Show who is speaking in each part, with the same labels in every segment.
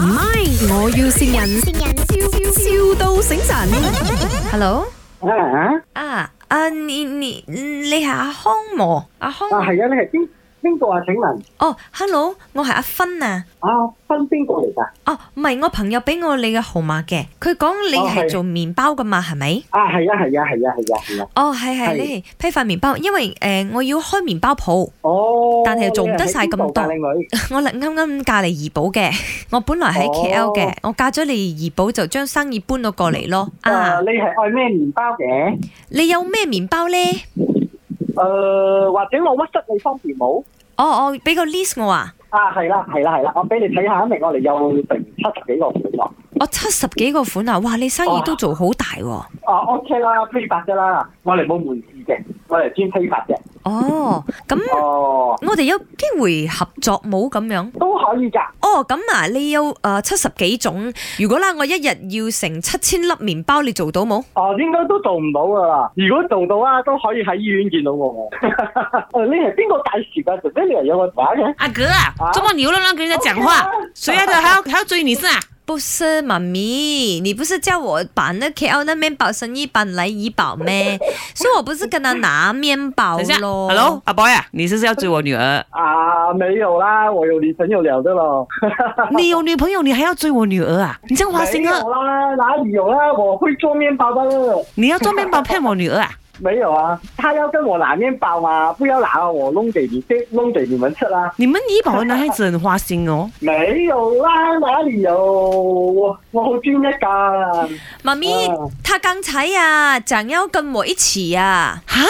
Speaker 1: 唔係，我要善人，笑笑到醒神。
Speaker 2: Hello，
Speaker 3: 啊
Speaker 2: 啊啊，你你你係阿康喎，阿康
Speaker 3: 啊係啊！你係邊邊個啊？請問
Speaker 2: 哦，Hello，我係阿芬啊，
Speaker 3: 啊，分邊個嚟㗎？
Speaker 2: 哦，唔係我朋友俾我你嘅號碼嘅，佢講你
Speaker 3: 哦
Speaker 2: 係
Speaker 3: 係
Speaker 2: 做麵包噶嘛，係咪？
Speaker 3: 啊係啊係啊係啊係啊係啊！
Speaker 2: 哦，係係，
Speaker 3: 係
Speaker 2: 你係批發麵包，因為誒我要開麵包鋪，
Speaker 3: 哦，
Speaker 2: 但係做唔得晒咁多
Speaker 3: 你係邊度㗎靚女
Speaker 2: 我嚟啱啱嫁嚟怡保嘅， 我本來喺
Speaker 3: 哦
Speaker 2: KL 嘅，我嫁咗嚟怡保就將生意搬咗過嚟咯。啊
Speaker 3: 啊，，你係愛咩麵包嘅？
Speaker 2: 你有咩麵包呢？
Speaker 3: 誒，呃或者我 WhatsApp 你方便冇？
Speaker 2: 哦哦，俾個 list 我啊，
Speaker 3: 啊，係啦係啦係啦，我俾你睇下，因為我哋有成七十幾個啊款喎。
Speaker 2: 我七十幾個款啊，哇！你生意都做好大喎、
Speaker 3: 啊，OK 啦，批發啫啦，我哋冇門市嘅，我哋專批發嘅。
Speaker 2: 哦，咁
Speaker 3: 哦，
Speaker 2: 我哋有機會合作冇咁樣？
Speaker 3: 都可以㗎。
Speaker 2: 哦，咁啊，你有誒七十幾種，如果啦，我一日要成七千粒麵包，你做到冇？
Speaker 3: 哦，應該都做唔到噶啦。如果做到啊，都可以喺醫院見到我。 哦，你係邊個介紹噶？姐姐你係有個話嘅。
Speaker 4: 阿哥啊
Speaker 3: 啊，？
Speaker 4: 这么牛了让跟人家讲话，谁还得还要还要追你是啊？
Speaker 2: 不是，妈咪，你不是叫我把那 KL 那面包生意搬来怡保咩？所以我不是跟他拿面包
Speaker 4: 等一下
Speaker 2: 咯。
Speaker 4: ，Hello，阿 boy 啊，你是不是要追我女儿
Speaker 3: 啊，沒有啦，我有女朋友了的咯。
Speaker 4: 你有女朋友，你还要追我女儿啊？你这样花
Speaker 3: 沒
Speaker 4: 心啊
Speaker 3: 有？啦，哪裡有啦？我會做麵包的。
Speaker 4: 你要做面包骗我女儿啊？
Speaker 3: 沒有啊，他要跟我拿麵包嘛，不要拿我弄給你，弄給你們吃啦。
Speaker 4: 你们怡保的男孩子很花 心哦。
Speaker 3: 沒有啦，哪裡有？我我好專一噶。
Speaker 2: 妈咪
Speaker 3: 哦，
Speaker 2: 他刚才呀、讲要跟我一起呀、
Speaker 4: 哈，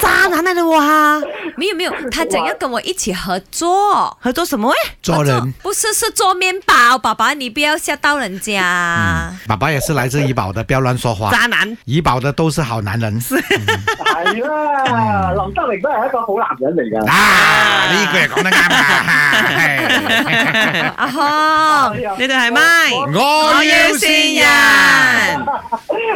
Speaker 4: 渣男来的哇！
Speaker 2: 没有没有，他讲要跟我一起合作。
Speaker 4: 合作什么？哎，
Speaker 5: 做人。
Speaker 2: 不是，是做面包，爸爸，你不要吓到人家。
Speaker 5: 爸爸也是来自怡保的，不要乱说话。
Speaker 4: 渣男。
Speaker 5: 怡保的都是好男人。
Speaker 3: 係啦，林德榮都係一個好男人嚟㗎。
Speaker 5: 啊，呢句係講得啱啊！
Speaker 2: 阿康，
Speaker 4: 你哋係咪？
Speaker 3: 哦
Speaker 5: 我要善人。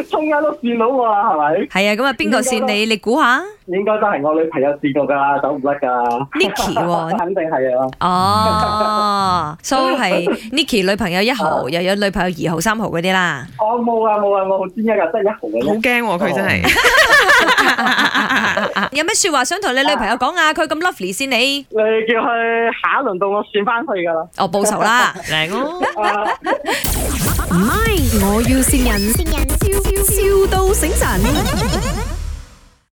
Speaker 3: 中間都見到我啦，係咪？
Speaker 2: 系啊，咁啊，边个扇你？你估下
Speaker 3: 應該都係我女朋友試過㗎啦，走唔甩㗎，
Speaker 2: ，Niki 喎。
Speaker 3: 肯定係啊！
Speaker 2: 哦，so 系 Niki 女朋友一號，又有女朋友二號、三號嗰啲啦。
Speaker 3: 我冇啊冇啊，我好專一啊㗎，得一毫嘅
Speaker 4: 好
Speaker 3: 啫。
Speaker 4: 驚喎，佢真係。
Speaker 2: 啊有咩说話想同你女朋友講啊？佢咁 lovely 先你，
Speaker 3: 你叫佢下一輪到我算翻去㗎啦。
Speaker 2: 哦，報仇啦！
Speaker 4: 嚟哦。
Speaker 3: 啊
Speaker 1: 唔係，我要善人，笑笑到醒神。